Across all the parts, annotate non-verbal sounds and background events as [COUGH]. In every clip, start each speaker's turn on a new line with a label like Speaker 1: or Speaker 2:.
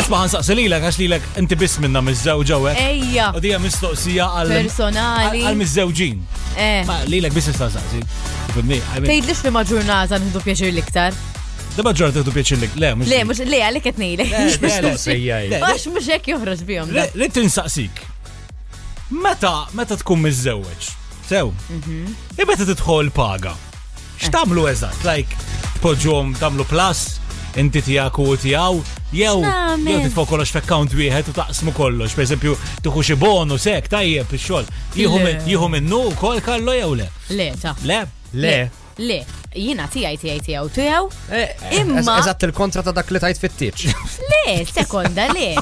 Speaker 1: Isma' ħansaqsi lilek għax lilek inti biss minna miż-żewġ hawnhekk.
Speaker 2: Ejja,
Speaker 1: U dija mistoqsija għal
Speaker 2: Personali.
Speaker 1: għal miż-żewġin.
Speaker 2: eh.
Speaker 1: Ma lilek biss nista' nsaqsi. Fimni, I mean,
Speaker 2: Tejdlix li ma ġurnata nħidu pjaċir liktar.
Speaker 1: daba ġorta tu pjaċillik, le, mhux.
Speaker 2: Le,
Speaker 1: li.
Speaker 2: mux, le, għalli ket nejlek.
Speaker 1: Le, le,
Speaker 3: Sejjaj.
Speaker 1: le,
Speaker 2: Għax mux jek joħroġ bihom.
Speaker 1: le, li tinsaqsik. Meta, meta tkun miż-żewġ? Sew. I meta tidħol paga. X'tagħmlu eżatt? Like tpoġġhom tagħmlu plus, inti tiegħek u tiegħu, jew
Speaker 2: X'nagħmel?
Speaker 1: jew titfok kollox f'akkawnt wieħed u taqsmu kollox, pereżempju tieħu xi bonus hekk tajjeb ix-xogħol. Jieħu
Speaker 2: Le.
Speaker 1: min- Jieħu minnu wkoll Karlo jew le?
Speaker 2: Le, ta.
Speaker 1: Le?
Speaker 3: Le.
Speaker 2: Le, jina tijaj tijaj tijaw tijaw. Imma-
Speaker 3: Imma. Eżatt il-kontra ta' dak li tajt fit-tiċ.
Speaker 2: Le, sekonda, le.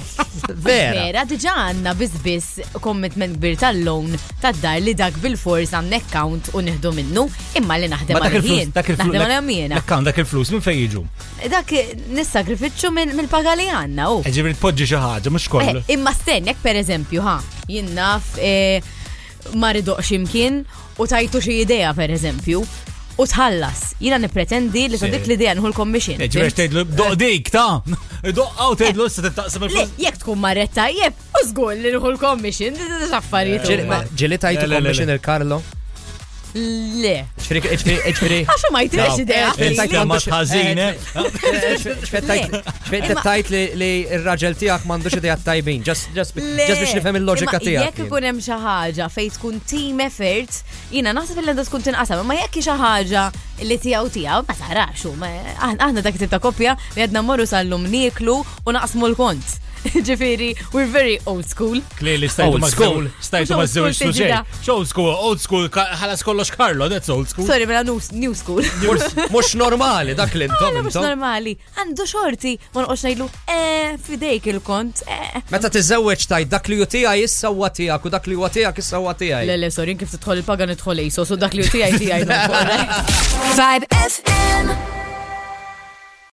Speaker 3: Vera.
Speaker 2: Vera, diġa għanna bizbis commitment kbir tal-loan tad-dar li dak bil-fors għamnek account u nihdu minnu imma li naħdem
Speaker 1: Ma dak
Speaker 2: għal-ħin.
Speaker 1: il-flus, dak il-flus.
Speaker 2: Naħdem għal-ħin.
Speaker 1: Dakkan dak il-flus, minn fejn jiġu?
Speaker 2: Dak nissagrifiċu mill-paga li għanna u.
Speaker 1: Ġibri tpoġġi xi ħaġa, mhux kollu.
Speaker 2: Eh, Imma stennek per eżempju, ha, jinnaf eh, ma ridoqx imkien u tajtu xi idea per eżempju u tħallas. Jina nipretendi li ta' dik l-idea nħu l-commission.
Speaker 1: Ġibri Eh, tgħidlu doq dik ta' [LAUGHS] doqqaw tgħidlu issa titaqsam
Speaker 2: Eh. Le,
Speaker 1: il-flus.
Speaker 2: jek tkun marretta, jeb, u zgur li nħu l-commission, di di affarijiet.
Speaker 3: Ġili- ma-
Speaker 2: huma.
Speaker 3: Ġili tajt
Speaker 1: Le, le, le, le.
Speaker 3: il-commission il-Karlo.
Speaker 2: Le,
Speaker 3: Ġifiri, ġifiri,
Speaker 2: [LAUGHS]
Speaker 3: ġifiri.
Speaker 2: għaxu ma jtilx idea.
Speaker 3: eh,
Speaker 2: please.
Speaker 3: tajt-
Speaker 1: Inti ma tħażin, eh?
Speaker 2: Le.
Speaker 3: Xfettajt
Speaker 2: Imma-
Speaker 3: tajt li li il-raġel tijak mandux idea tajbin, just just bi-
Speaker 2: Le.
Speaker 3: just biex nifhem il-loġika
Speaker 2: Imma
Speaker 3: tijak.
Speaker 2: Jekk ikun hemm xi ħaġa fejn tkun team effort, jiena naħseb li għandha tkun tinqasam, imma jekk hi xi ħaġa li tiegħu tiegħu ma tarax hu, ma- aħna aħna dak tip ta' koppja li għadna mmorru sal-lum nieklu u naqsmu l-kont. [LAUGHS] Ġifieri, we're very old school.
Speaker 1: Kleli stajtu
Speaker 3: Old
Speaker 1: ma'
Speaker 3: school.
Speaker 1: school. Stajtu
Speaker 2: Mhux
Speaker 1: ma'
Speaker 2: old school
Speaker 1: zewġ xnuċej.
Speaker 2: tiġi
Speaker 1: Old school, old school, ka- ħalas kollox Karlo, that's old school.
Speaker 2: Sorry, mela new new
Speaker 3: [LAUGHS]
Speaker 2: school.
Speaker 3: Mux normali dak
Speaker 2: [LAUGHS] Ah,
Speaker 3: li intom
Speaker 2: Għana mux
Speaker 3: intom.
Speaker 2: normali, għandu xorti, ma nqox ngħidlu, eh, fidejk il-kont, eh.
Speaker 3: Meta tiżewweġ tajt dak li ju tiegħi issa huwa tiegħek u dak li huwa tiegħek issa huwa tiegħi.
Speaker 2: Le, le, [LAUGHS] sorry, kif tidħol il-pagan idħol isos u dak li u tijaj tijaj.
Speaker 4: Vibe FM.